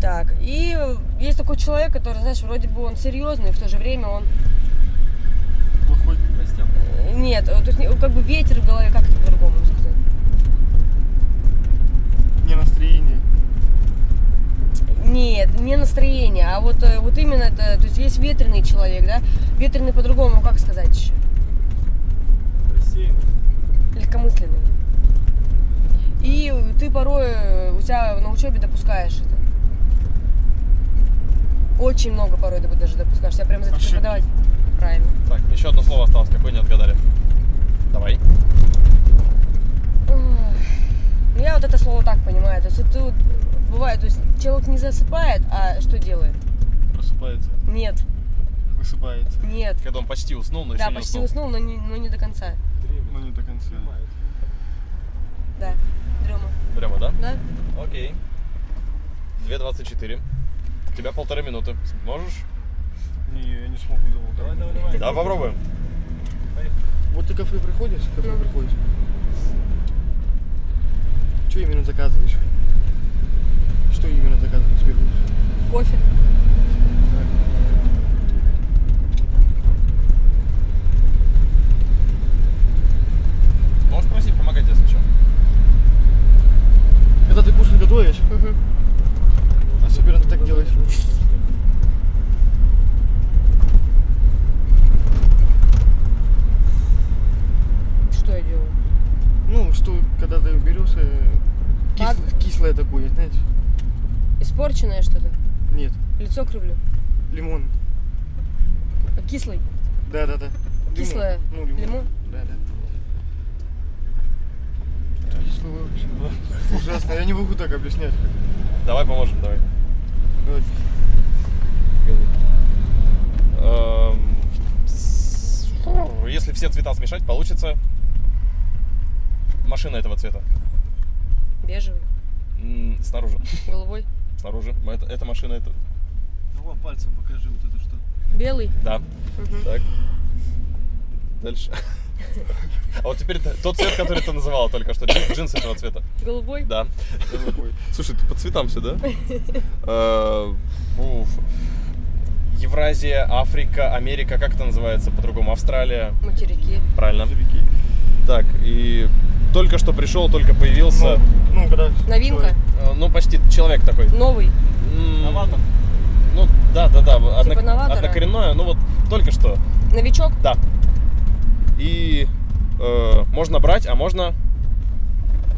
Speaker 10: Так, и э, есть такой человек, который, знаешь, вроде бы он серьезный, в то же время он
Speaker 6: Плохой.
Speaker 3: Костям.
Speaker 10: Э, Нет, э, то есть не- как бы ветер в голове, как это по-другому сказать?
Speaker 6: Не настроение.
Speaker 10: Нет, не настроение, а вот, э, вот именно это, то есть есть ветреный человек, да? Ветреный по-другому, как сказать еще?
Speaker 3: Рассеянный.
Speaker 10: Легкомысленный. И э, ты порой э, у себя на учебе допускаешь это. Очень много порой доб- даже допускаешь. Я прям за это
Speaker 6: Ошибки.
Speaker 10: преподавать. Правильно.
Speaker 1: Так, еще одно слово осталось, какое не отгадали. Давай.
Speaker 10: Ой, Ну, я вот это слово так понимаю. То есть вот ты вот, бывает, то есть человек не засыпает, а что делает?
Speaker 6: Просыпается.
Speaker 10: Нет,
Speaker 6: Высыпается.
Speaker 10: нет.
Speaker 1: Когда он почти уснул, но еще
Speaker 10: Да,
Speaker 1: не
Speaker 10: почти
Speaker 1: уснул.
Speaker 10: уснул, но не, но не до конца.
Speaker 6: Но Ну, не до конца.
Speaker 10: Да. Дрема.
Speaker 1: Прямо, да?
Speaker 10: Да?
Speaker 1: Окей. 2.24. У тебя полторы минуты. Можешь?
Speaker 6: Не, я не смогу долго.
Speaker 3: Давай, давай, давай.
Speaker 1: Да, попробуем.
Speaker 6: Вот ты в кафе приходишь, в
Speaker 7: Ну.
Speaker 6: кафе приходишь. Что именно заказываешь? Что именно заказываешь? берешь?
Speaker 10: Кофе.
Speaker 1: Можешь просить помогать, если что.
Speaker 6: Когда ты кушать готовишь, особенно ты так делаешь.
Speaker 10: Что я делаю?
Speaker 6: Ну, что, когда ты берешь э, кис- кислое такое, знаешь?
Speaker 10: Испорченное что-то?
Speaker 6: Нет,
Speaker 10: Лицо кривлю?
Speaker 6: лимон.
Speaker 10: А, Кислый?
Speaker 6: Да, да, да. Лимон.
Speaker 10: Кислое?
Speaker 6: Ну, лимон.
Speaker 10: Лимон?
Speaker 6: Да, да. Это кислое вообще. Ужасно, я не могу так объяснять.
Speaker 1: Давай поможем, давай.
Speaker 6: Давай.
Speaker 1: Эм, с- фу, Если все цвета смешать, получится машина этого цвета.
Speaker 10: Бежевый?
Speaker 1: М, Снаружи.
Speaker 10: Голубой?
Speaker 1: Снаружи. Это, это машина, это...
Speaker 3: Ну, вон пальцем покажи вот это что.
Speaker 10: Белый?
Speaker 1: Да. Так. Дальше. А вот теперь т- тот цвет, который ты называла только что. Джин- Джинсы этого цвета.
Speaker 10: Голубой?
Speaker 1: Да. Слушай, ты по цветам все, да? Э, уф. Евразия, Африка, Америка, как это называется по-другому? Австралия,
Speaker 10: Материки?
Speaker 1: правильно? Так, и только что пришел, только появился.
Speaker 6: Ну, ну, когда
Speaker 10: Новинка?
Speaker 1: Э, Ну, почти человек такой.
Speaker 10: Новый?
Speaker 1: М, Ну, да, да, да. одно-
Speaker 10: новатора?
Speaker 1: Однокоренное, ну вот только что.
Speaker 10: Новичок?
Speaker 1: Да. И э, можно брать, а можно...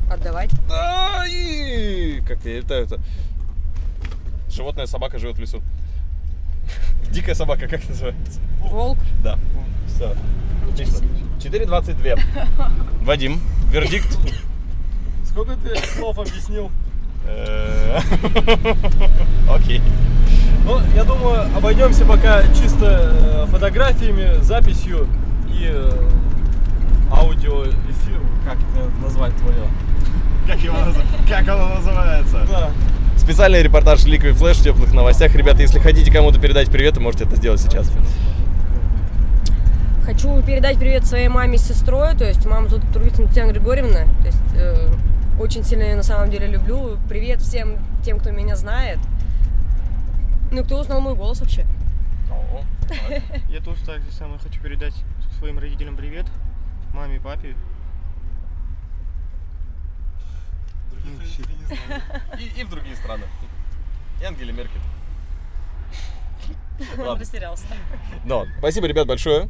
Speaker 10: Отдавать?
Speaker 1: Ай! Как я это, это... Животное собака живет в лесу. Дикая собака, как называется?
Speaker 7: Волк.
Speaker 1: Да. Все. Отлично. 4.22. Вадим, вердикт.
Speaker 3: Сколько ты слов объяснил?
Speaker 1: Э, Окей.
Speaker 3: Ну, я думаю, обойдемся пока чисто э, фотографиями, записью и э, аудиоэфиром. Как это назвать твое?
Speaker 6: Как его назов- Как оно называется?
Speaker 3: Да.
Speaker 1: Специальный репортаж Liquid Flash в теплых новостях. Ребята, если хотите кому-то передать привет, вы можете это сделать сейчас.
Speaker 10: Хочу передать привет своей маме с сестрой, то есть мама тут трудится Татьяна Григорьевна, то есть э, очень сильно ее на самом деле люблю. Привет всем тем, кто меня знает. Ну, кто узнал мой голос вообще?
Speaker 11: Я тоже так же самое хочу передать своим родителям привет, маме и папе.
Speaker 1: Ну, всё. И, и в другие страны. И Ангеле Меркель. Ладно.
Speaker 12: Растерялся.
Speaker 1: Ну ладно. Спасибо, ребят, большое.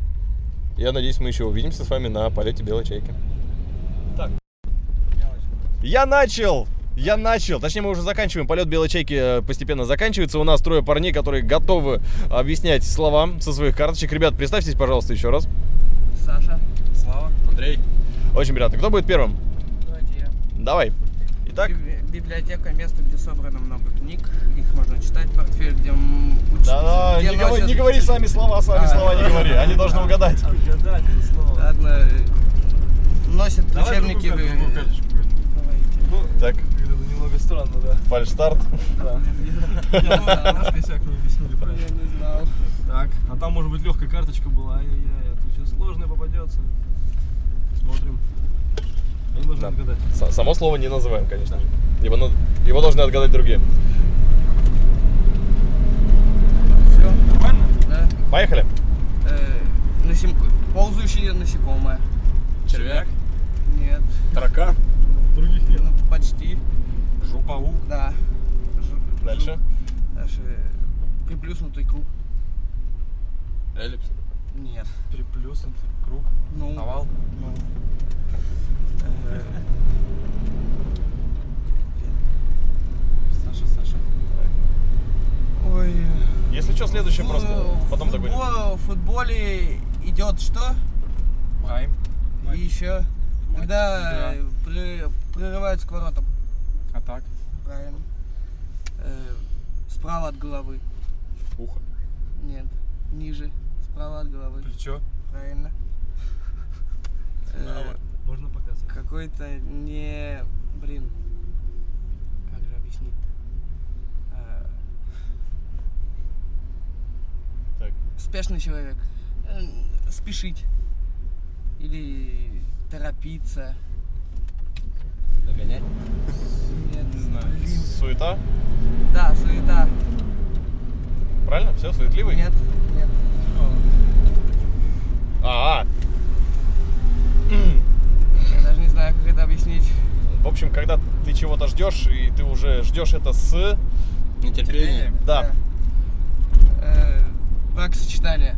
Speaker 1: Я надеюсь, мы еще увидимся с вами на полете белой чайки.
Speaker 3: Так.
Speaker 1: Я начал! Я начал. Точнее, мы уже заканчиваем. Полет белой чайки э, постепенно заканчивается. У нас трое парней, которые готовы объяснять словам со своих карточек. Ребят, представьтесь, пожалуйста, еще раз.
Speaker 13: Саша. Слава.
Speaker 1: Андрей. Очень приятно. Кто будет первым?
Speaker 13: Давайте я.
Speaker 1: Давай. Итак?
Speaker 13: Библиотека – место, где собрано много книг. Их можно читать, портфель, где м, учить.
Speaker 1: Да-да,
Speaker 13: где А.
Speaker 1: не говори-
Speaker 13: носят-
Speaker 1: не говори сами слова, сами слова не говори, они должны угадать.
Speaker 13: Угадать слова. Ладно. э, Носят
Speaker 3: Давай другую
Speaker 13: учебники.
Speaker 3: карту, другую карточку будет. Ну,
Speaker 1: Так.
Speaker 3: Это немного странно, да.
Speaker 1: Фальштарт.
Speaker 3: Да. Я думаю, наш косяк не объяснили правильно. Я не знал. Так, а там, может быть, легкая карточка была. Ай-яй-яй, а тут сейчас сложная попадется. Смотрим. Они должны
Speaker 1: Да.
Speaker 3: отгадать.
Speaker 1: С- Само слово не называем, конечно же. Его, на- его должны отгадать другие.
Speaker 13: Все. Нормально? Да.
Speaker 1: Поехали.
Speaker 13: Э, насем- Ползающие насекомые.
Speaker 1: Червяк?
Speaker 13: Нет.
Speaker 1: Таракан?
Speaker 13: Других нет. Ну, почти. Жопаук? Да. Жу-
Speaker 1: Дальше?
Speaker 13: Дальше. э, Приплюснутый круг.
Speaker 1: Эллипс?
Speaker 13: Нет. Приплюснутый круг? Ну. Овал? Ну. Э,
Speaker 3: Саша, Саша.
Speaker 13: Ой.
Speaker 1: Если что, следующим
Speaker 13: Ну,
Speaker 1: просто. Потом
Speaker 13: футбол-
Speaker 1: догоним.
Speaker 13: В футболе идет что? Прайм. И еще. Когда э, пры- прорываются к воротам. Атак. Правильно. Э, Справа от головы.
Speaker 1: Ухо.
Speaker 13: Нет. Ниже. Справа от головы. Плечо. Правильно. Э,
Speaker 3: Можно показать?
Speaker 13: Какой-то не... Блин. Как же объяснить? Э,
Speaker 1: Так.
Speaker 13: Спешный человек. Э, Спешить. Или торопиться.
Speaker 8: Догонять?
Speaker 13: Нет.
Speaker 8: Не знаю.
Speaker 1: Суета?
Speaker 13: Да, суета.
Speaker 1: Правильно? Все, суетливый?
Speaker 13: Нет, нет.
Speaker 1: А,
Speaker 13: Я даже не знаю, как это объяснить.
Speaker 1: в общем, когда ты чего-то ждешь, и ты уже ждешь это с...
Speaker 8: Нетерпением.
Speaker 1: Да.
Speaker 13: Э, бракосочетание.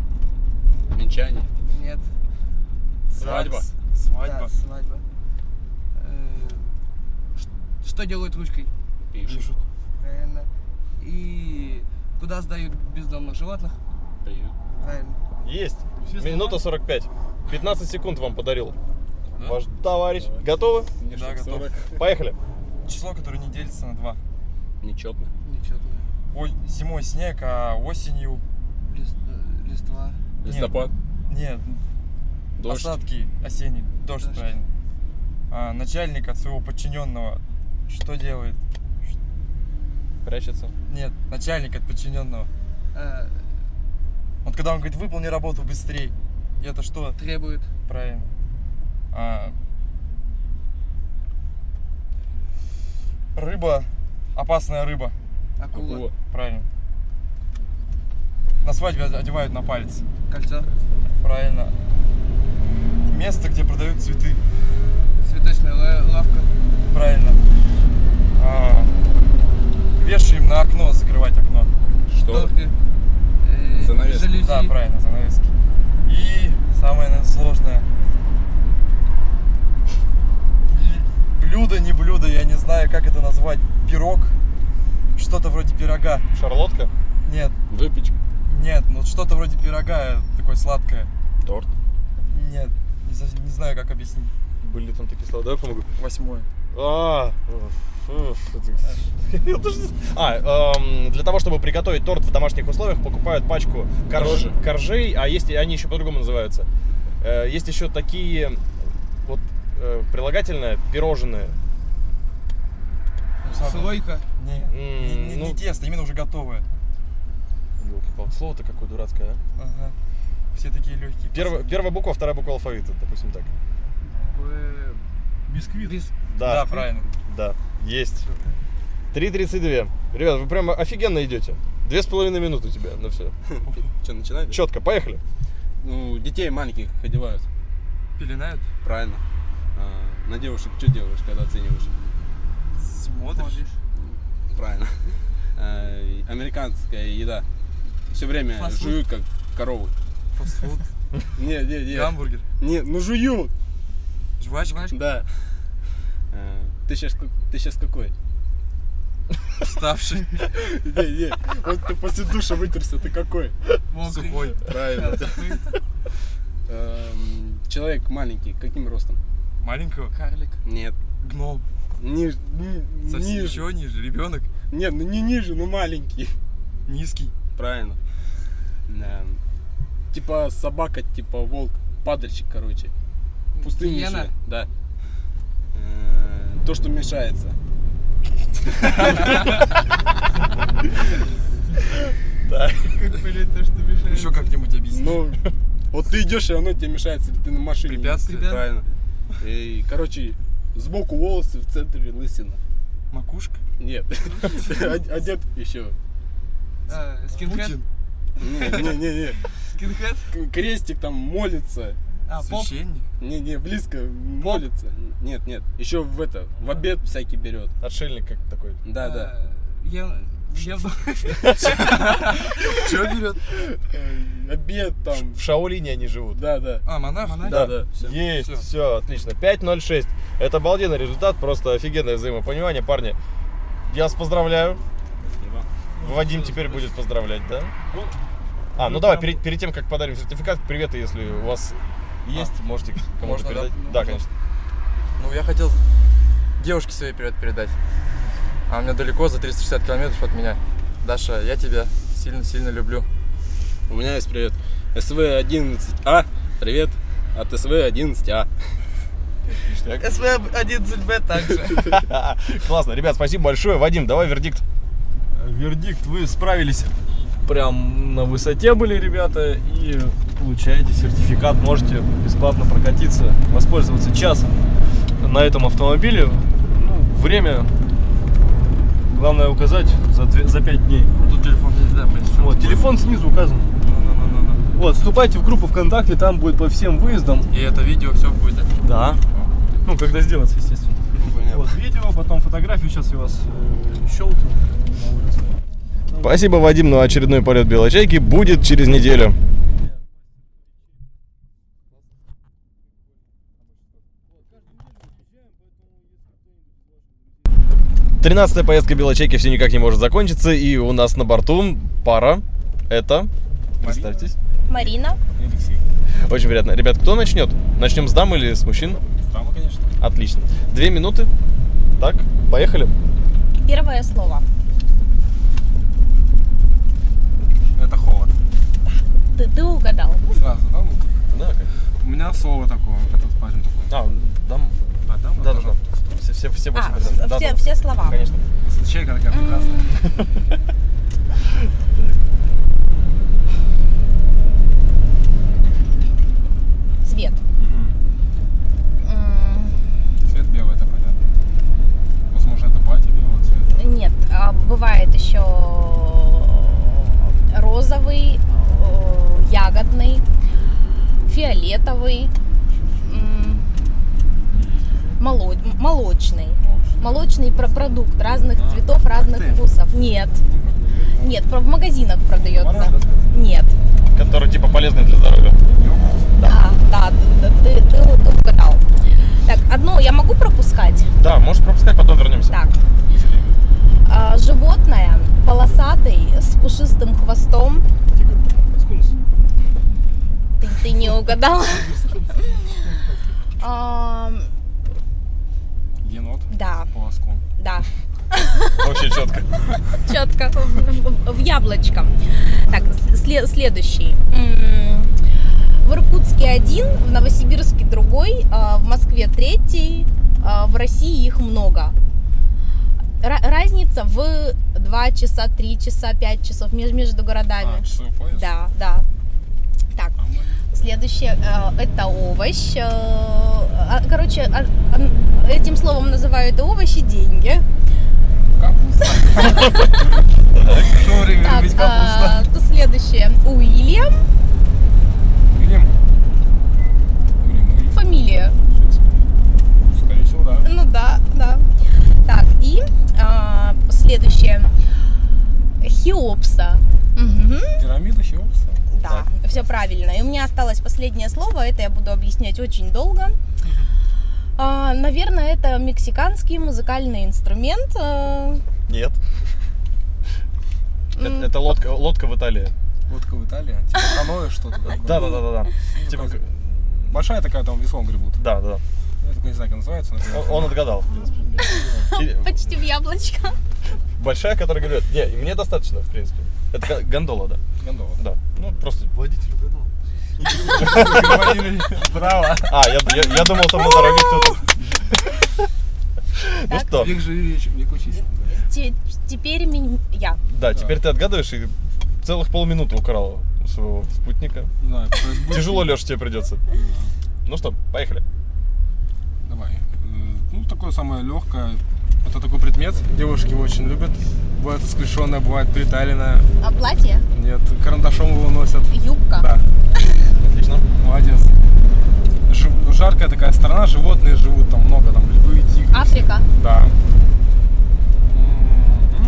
Speaker 8: Венчание.
Speaker 13: Нет.
Speaker 8: Свадьба.
Speaker 13: Свадьба. свадьба. Э, ш- что делают ручкой?
Speaker 8: Пишут.
Speaker 13: Правильно. И куда сдают бездомных животных?
Speaker 8: Приют.
Speaker 13: Правильно.
Speaker 1: Есть. Минута 45. 15 секунд вам подарил. Ваш товарищ. Готовы?
Speaker 9: Да, готов.
Speaker 1: Поехали.
Speaker 9: Число, которое не делится на два.
Speaker 8: Нечетно.
Speaker 13: Нечетно.
Speaker 9: Ой, зимой снег, а осенью...
Speaker 13: Лист- э, листва.
Speaker 9: Нет.
Speaker 8: Листопад.
Speaker 9: Нет.
Speaker 8: Дождь.
Speaker 9: Осадки осенний. Дождь,
Speaker 13: Дождь.
Speaker 9: правильно. А, начальник от своего подчиненного что делает?
Speaker 1: Прячется.
Speaker 9: Нет, начальник от подчиненного.
Speaker 13: Э,
Speaker 9: Вот когда он говорит, выполни работу быстрее. И это что?
Speaker 13: Требует.
Speaker 9: Правильно. А, Рыба. Опасная рыба.
Speaker 13: Акула.
Speaker 9: Правильно. На свадьбе одевают на палец.
Speaker 13: Кольцо.
Speaker 9: Правильно. Место, где продают цветы.
Speaker 13: Цветочная ла- лавка.
Speaker 9: Правильно. А, вешаем на окно, закрывать окно.
Speaker 13: Шторки. Э, жалюзи.
Speaker 9: Да, правильно, занавески. И самое наверное, сложное. Л- Блюдо, не блюдо, я не знаю, как это назвать. Пирог. Что-то вроде пирога.
Speaker 1: Шарлотка?
Speaker 9: Нет.
Speaker 8: Выпечка.
Speaker 14: Нет, ну что-то вроде пирога, такое сладкое.
Speaker 1: Торт?
Speaker 14: Нет, не, совсем- не знаю, как объяснить.
Speaker 1: Были там такие слова, давай помогу.
Speaker 14: Восьмое.
Speaker 1: А, уф, уф, это- я даже не знаю. А, эм, для того, чтобы приготовить торт в домашних условиях, покупают пачку корж-
Speaker 14: Дрожжи.
Speaker 1: коржей, а есть, и они еще по-другому называются. Э, Есть еще такие вот э, прилагательные пирожные.
Speaker 8: Слойка?
Speaker 14: Нет, Ну, не, не- не
Speaker 1: ну
Speaker 14: тесто, именно уже готовое.
Speaker 1: Ёлки-палки, слово-то какое дурацкое, а?
Speaker 14: Ага. Все такие легкие.
Speaker 1: Первая, первая буква, вторая буква алфавита, допустим так.
Speaker 3: Бисквит.
Speaker 1: Да,
Speaker 14: Да, правильно.
Speaker 1: Да, есть. 3.32. Ребят, вы прямо офигенно идете. Две с половиной минуты у тебя, ну все.
Speaker 13: Что, начинать?
Speaker 1: Четко, поехали.
Speaker 13: Ну, детей маленьких одевают.
Speaker 3: Пеленают?
Speaker 13: Правильно. А, на девушек что делаешь, когда оцениваешь?
Speaker 3: Смотришь.
Speaker 13: Правильно. А, и американская еда. Все время
Speaker 14: Фастфуд?
Speaker 13: жуют, как коровы.
Speaker 14: Фастфуд?
Speaker 13: Не, не, не.
Speaker 14: Гамбургер?
Speaker 13: Не, ну жую.
Speaker 14: Жвачка?
Speaker 13: Да. А, Ты сейчас, ты сейчас какой?
Speaker 14: Вставший.
Speaker 13: Не, не. Вот ты после душа вытерся, ты какой?
Speaker 14: Мокрый. Сухой.
Speaker 13: Правильно. Эм, Человек маленький, каким ростом?
Speaker 14: Маленького?
Speaker 13: Карлик. Нет.
Speaker 14: Гном.
Speaker 13: Ниже. ни-
Speaker 14: Совсем
Speaker 13: ниже.
Speaker 14: еще ниже, ребенок.
Speaker 13: Нет, ну не ниже, ну маленький.
Speaker 14: Низкий.
Speaker 13: Правильно. Эм, Типа собака, типа волк, падальщик, короче. Пустыннейшая.
Speaker 14: Гиена?
Speaker 13: Да. Э, То, что мешается.
Speaker 1: Так.
Speaker 14: Как понять то, что мешает? Еще как-нибудь объясни.
Speaker 13: Ну, вот ты идешь, и оно тебе мешается, или ты на машине.
Speaker 14: Препятствие.
Speaker 13: Правильно. И, короче, сбоку волосы, в центре лысина.
Speaker 14: Макушка?
Speaker 13: Нет. Од- Одет еще.
Speaker 15: Э,
Speaker 8: А, скинхед?
Speaker 13: Путин. Не, не, не, не.
Speaker 8: Скинхед?
Speaker 13: К- Крестик там молится.
Speaker 8: А, поп? Священник?
Speaker 13: Не, не, близко молится. Нет, нет. Еще в это, в обед всякий берет.
Speaker 1: Отшельник как такой.
Speaker 13: Да, да.
Speaker 8: Я... Я... А.
Speaker 13: Чё берет? Обед там.
Speaker 1: В Шаолине они живут.
Speaker 13: Да, да.
Speaker 14: А, монах?
Speaker 1: Да, да. Есть, все, отлично. 5.06. Это обалденный результат, просто офигенное взаимопонимание, парни. Я вас поздравляю. Вадим теперь будет поздравлять, да? А, ну давай, перед, перед тем, как подарим сертификат, приветы, если у вас есть, можете кому-то
Speaker 14: А. Можно, да?
Speaker 1: передать.
Speaker 14: Ну,
Speaker 1: Да,
Speaker 14: можно.
Speaker 1: конечно.
Speaker 14: Ну, я хотел девушке своей привет передать. А меня далеко, за 360 километров от меня. Даша, я тебя сильно-сильно люблю.
Speaker 13: У меня есть привет. СВ-11А. Привет. От А. СВ-11А.
Speaker 8: СВ-11Б
Speaker 1: также. Классно, ребят, спасибо большое. Вадим, давай вердикт.
Speaker 3: Вердикт, вы справились. Прям на высоте были ребята и получаете сертификат, можете бесплатно прокатиться, воспользоваться часом на этом автомобиле. Ну, время главное указать за, две- за 5 дней. Ну, Тут телефон да, Вот, телефон снизу указан. ну, Вот, вступайте в группу ВКонтакте, там будет по всем выездам.
Speaker 14: И это видео все будет, да?
Speaker 3: Да. Ну, когда сделается, естественно. Вот видео, потом фотографию. Сейчас я вас э, щелкну на улице.
Speaker 1: Спасибо, Вадим, но очередной полет белой чайки будет через неделю. Тринадцатая поездка белой чайки все никак не может закончиться, и у нас на борту пара. Это... Представьтесь.
Speaker 15: Марина.
Speaker 1: Алексей. Очень приятно. Ребят, кто начнет? Начнем с дам или с мужчин?
Speaker 15: Дама, конечно.
Speaker 1: Отлично. Две минуты. Так, поехали.
Speaker 15: Первое слово.
Speaker 16: Это холод.
Speaker 15: Ты, ты угадал.
Speaker 16: Сразу, да, Лук?
Speaker 1: Да,
Speaker 16: У меня слово такое, этот парень такой.
Speaker 1: А, дам.
Speaker 16: А, дам?
Speaker 1: Да, да, да. Все, все, все
Speaker 15: А,
Speaker 1: восемь
Speaker 15: все,
Speaker 1: вариантов. Да, да.
Speaker 15: все слова.
Speaker 1: Конечно.
Speaker 16: Чайка такая прекрасная.
Speaker 15: Цвет.
Speaker 16: Цвет белый, это понятно. Возможно, это платье белого цвета.
Speaker 15: М, Нет, а, бывает еще розовый, э, ягодный, фиолетовый, м, моло- молочный. Молочный про- продукт разных цветов, разных вкусов. Нет. Нет, про- в магазинах продается. Нет.
Speaker 1: Который типа полезный для здоровья.
Speaker 15: Да, А, да, да, ты, ты угадал. Так, одно я могу пропускать?
Speaker 1: Да, можешь пропускать, потом вернемся.
Speaker 15: Так. А, животное полосатый с пушистым хвостом. точно угадала. Ам,
Speaker 16: Енот?
Speaker 15: А, Да.
Speaker 16: Полоском.
Speaker 15: Да.
Speaker 1: Вообще четко.
Speaker 15: Четко. В, в- в яблочко. Так, с- сле- следующий. М, В Иркутске один, в Новосибирске другой, а, в Москве третий, а, в России их много. Ра- разница в 2 часа, 3 часа, 5 часов меж- между
Speaker 6: А,
Speaker 15: городами.
Speaker 10: А,
Speaker 15: Да, да. Так, следующее э, это овощ. Э, а, Короче, а, а, этим словом называют и овощи деньги. Так, а, то следующее. Уильям.
Speaker 16: Уильям?
Speaker 15: Фамилия.
Speaker 16: Скорее всего, да.
Speaker 15: Ну да, да. Так, и а, следующее. Хеопса. Мгм.
Speaker 16: Пирамида Хеопса?
Speaker 15: Да, все правильно. И у меня осталось последнее слово, это я буду объяснять очень долго. А, наверное, это мексиканский музыкальный инструмент. А,
Speaker 1: Нет. Э,
Speaker 15: М.
Speaker 1: Это, это лодка, лодка в Италии.
Speaker 16: Лодка в Италии? Типа каноэ что-то такое?
Speaker 1: Да-да-да-да.
Speaker 16: Ну,
Speaker 1: Типа
Speaker 16: как- Большая такая, там веслом гребут.
Speaker 1: Да, да.
Speaker 16: Я только не знаю, как называется. но-
Speaker 1: Он- он отгадал, в И
Speaker 15: Почти в яблочко.
Speaker 1: Большая, которая говорит, не, и мне достаточно, в принципе. Это га- гондола, да?
Speaker 16: Гондола.
Speaker 1: Да. Ну, просто...
Speaker 6: Водителю гондола.
Speaker 1: Браво. А, я, я- я думал, там на дороге кто-то... Ну что?
Speaker 16: Век живи, вечер, век учись.
Speaker 15: Те- Теперь ми- я.
Speaker 1: Да, теперь ты отгадываешь и целых полминуты украл у своего спутника.
Speaker 16: Да, то есть больше-
Speaker 1: Тяжело, Леш, тебе придется. Ну что, поехали.
Speaker 16: Давай. Э, Ну, такое самое легкое. Это такой предмет. Девушки его очень любят. Бывает искрешенное, бывает приталенное.
Speaker 15: А платье?
Speaker 16: Нет, карандашом его носят.
Speaker 15: Юбка.
Speaker 16: Да.
Speaker 1: Отлично.
Speaker 16: Молодец. Жив- Жаркая такая страна, животные живут там много, там львы, тигры.
Speaker 15: Африка.
Speaker 16: Да. М-м.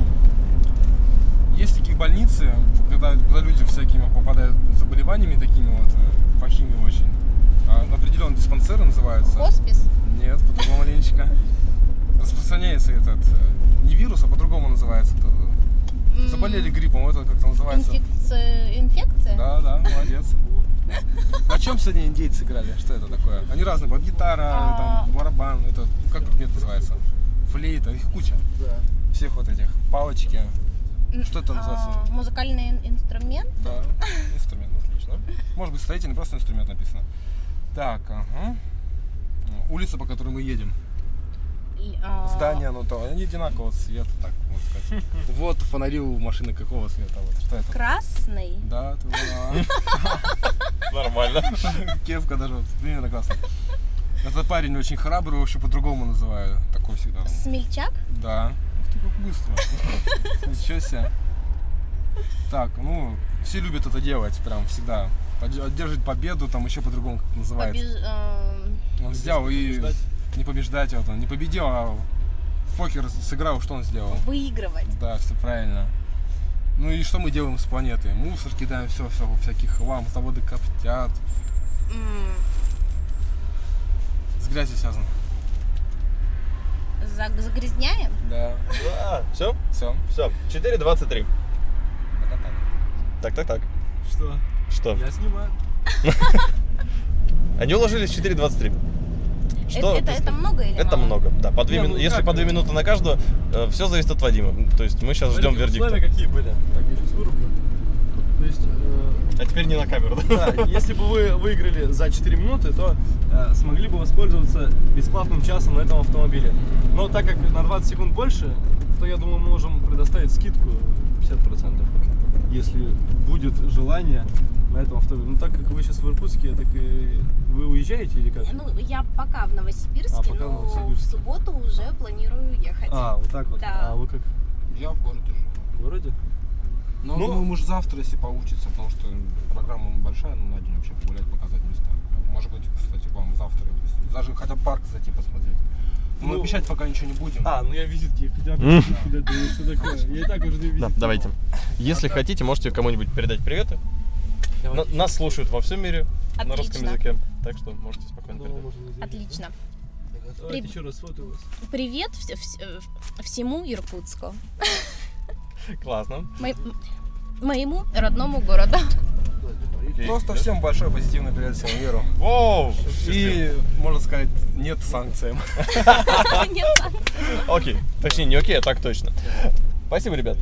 Speaker 16: ну, Есть такие больницы, когда, когда люди всякими попадают с заболеваниями такими вот, э, плохими очень. А, Определенные диспансеры называются.
Speaker 15: Хоспис?
Speaker 16: Нет, по-другому маленечко. Распространяется этот, э, не вирус, а по-другому называется. этот, э,
Speaker 15: М.
Speaker 16: Заболели гриппом, это как-то называется.
Speaker 15: Инфекция? Инфекция?
Speaker 16: Да, да, молодец. На чем сегодня индейцы играли? Что это такое? Они разные, вот гитара,
Speaker 15: А.
Speaker 16: там, барабан, это ну, как предмет называется? Флейта, их куча. Всех вот этих, палочки. Что это называется?
Speaker 15: А, Музыкальный ин- инструмент?
Speaker 16: Да, инструмент, ну, отлично. Может быть, строительный, просто инструмент написано. Так, ага. Ну, Улица, по которой мы едем.
Speaker 15: И, а,
Speaker 16: Здание, ну то, они одинакового цвета, так можно сказать. Вот фонари у машины какого цвета, вот что это?
Speaker 15: Красный?
Speaker 16: Да, ты права.
Speaker 1: Нормально.
Speaker 16: Кепка даже, вот, примерно классно. Этот парень очень храбрый, вообще по-другому называю. Такой всегда. он.
Speaker 15: Смельчак?
Speaker 16: Да. Ух ты, как быстро. Ничего себе. Так, ну, все любят это делать, прям всегда. Подж- Одержит победу, там еще по-другому как называется.
Speaker 15: Побеж- эм,
Speaker 16: Он взял и не побеждать, вот он не победил, а в покер сыграл, что он сделал?
Speaker 15: Выигрывать.
Speaker 16: Да, все правильно. Ну и что мы делаем с планетой? Мусор кидаем, все, все, всякий хлам, заводы коптят.
Speaker 15: м,
Speaker 16: С грязью связано.
Speaker 15: заг- Загрязняем?
Speaker 16: Да.
Speaker 1: Да, все?
Speaker 16: Все.
Speaker 1: Все. 4.23. Так, так, так.
Speaker 3: Что?
Speaker 1: Что?
Speaker 3: Я снимаю.
Speaker 1: Они уложились в 4.23. Что
Speaker 15: это, это,
Speaker 1: ты
Speaker 15: это много или
Speaker 1: Это
Speaker 15: мало?
Speaker 1: много, да. По две
Speaker 3: Не,
Speaker 1: мину-
Speaker 3: ну
Speaker 1: Если
Speaker 3: как
Speaker 1: по две
Speaker 3: это?
Speaker 1: минуты на каждую, все зависит от Вадима. То есть мы сейчас ждем
Speaker 3: Смотрите,
Speaker 1: вердикта.
Speaker 3: условия какие были. Так, я сейчас вырублю. То есть... э,
Speaker 1: А теперь не на камеру, да?
Speaker 3: Да, если бы вы выиграли за 4 минуты, то э, смогли бы воспользоваться бесплатным часом на этом автомобиле. Но так как на 20 секунд больше, то я думаю, мы можем предоставить скидку 50%, если будет желание на этом автомобиле. Ну так как вы сейчас в Иркутске, так и вы уезжаете или как?
Speaker 15: Ну, я пока в Новосибирске,
Speaker 3: А, пока в
Speaker 15: но
Speaker 3: Новосибирске.
Speaker 15: в субботу уже планирую ехать.
Speaker 3: А, вот так вот.
Speaker 15: Да.
Speaker 3: А вы как?
Speaker 16: Я в городе
Speaker 3: В городе?
Speaker 16: Ну, думаю, может завтра, если получится, потому что программа большая, ну, на день вообще погулять, показать места. Может быть, кстати, к вам завтра, то есть даже хотя бы парк зайти посмотреть. Ну,
Speaker 3: Ну,
Speaker 16: обещать пока ничего не будем.
Speaker 3: А, ну я визитки хотя бы
Speaker 1: М.
Speaker 3: куда-то, ну, что такое. Я и так уже А, две
Speaker 1: Да,
Speaker 3: визитки
Speaker 1: давайте.
Speaker 3: дал.
Speaker 1: Если хотите, можете кому-нибудь передать приветы. На- Нас слушают во всем мире на русском
Speaker 15: Отлично.
Speaker 1: языке, так что можете спокойно передать.
Speaker 15: Отлично.
Speaker 3: Давайте
Speaker 15: При-
Speaker 3: еще раз фото у вас.
Speaker 15: Привет вс- вс- э, всему Иркутску.
Speaker 1: Классно.
Speaker 15: Мо- Моему родному городу.
Speaker 6: И
Speaker 1: Окей.
Speaker 16: Просто всем большой позитивный привет всему миру.
Speaker 1: Воу!
Speaker 16: И, можно сказать, нет санкциям.
Speaker 1: Окей. Точнее, не окей, а так точно. Спасибо, ребят.